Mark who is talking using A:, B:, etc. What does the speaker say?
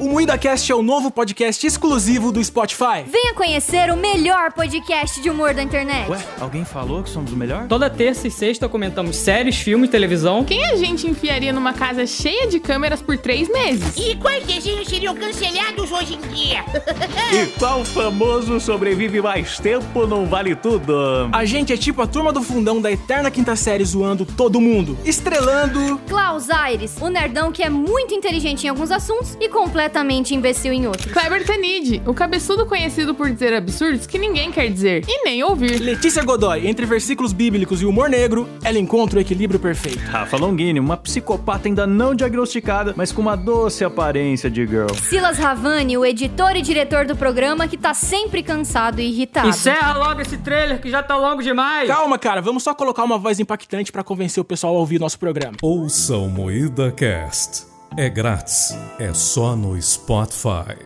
A: o MuidaCast é o novo podcast exclusivo do Spotify.
B: Venha conhecer o melhor podcast de humor da internet.
C: Ué, alguém falou que somos o melhor?
D: Toda terça e sexta comentamos séries, filmes, televisão.
E: Quem a gente enfiaria numa casa cheia de câmeras por três meses?
F: E quais desenhos seriam cancelados hoje em dia?
G: E qual famoso sobrevive mais tempo não vale tudo?
A: A gente é tipo a turma do fundão da eterna quinta série zoando todo mundo. Estrelando...
B: Klaus Aires, o nerdão que é muito inteligente em alguns assuntos e completamente imbecil em outros.
E: Kleber Tanid, o cabeçudo conhecido por dizer absurdos que ninguém quer dizer e nem ouvir.
A: Letícia Godoy, entre versículos bíblicos e humor negro, ela encontra o equilíbrio perfeito.
G: Rafa Longini, uma psicopata ainda não diagnosticada, mas com uma doce aparência de girl.
B: Silas Ravani, o editor e diretor do programa que tá sempre cansado e irritado.
D: Encerra logo esse trailer que já tá longo demais.
A: Calma, cara, vamos só colocar uma voz impactante pra convencer o pessoal a ouvir nosso programa.
H: Ouça o Moída Cast. É grátis, é só no Spotify.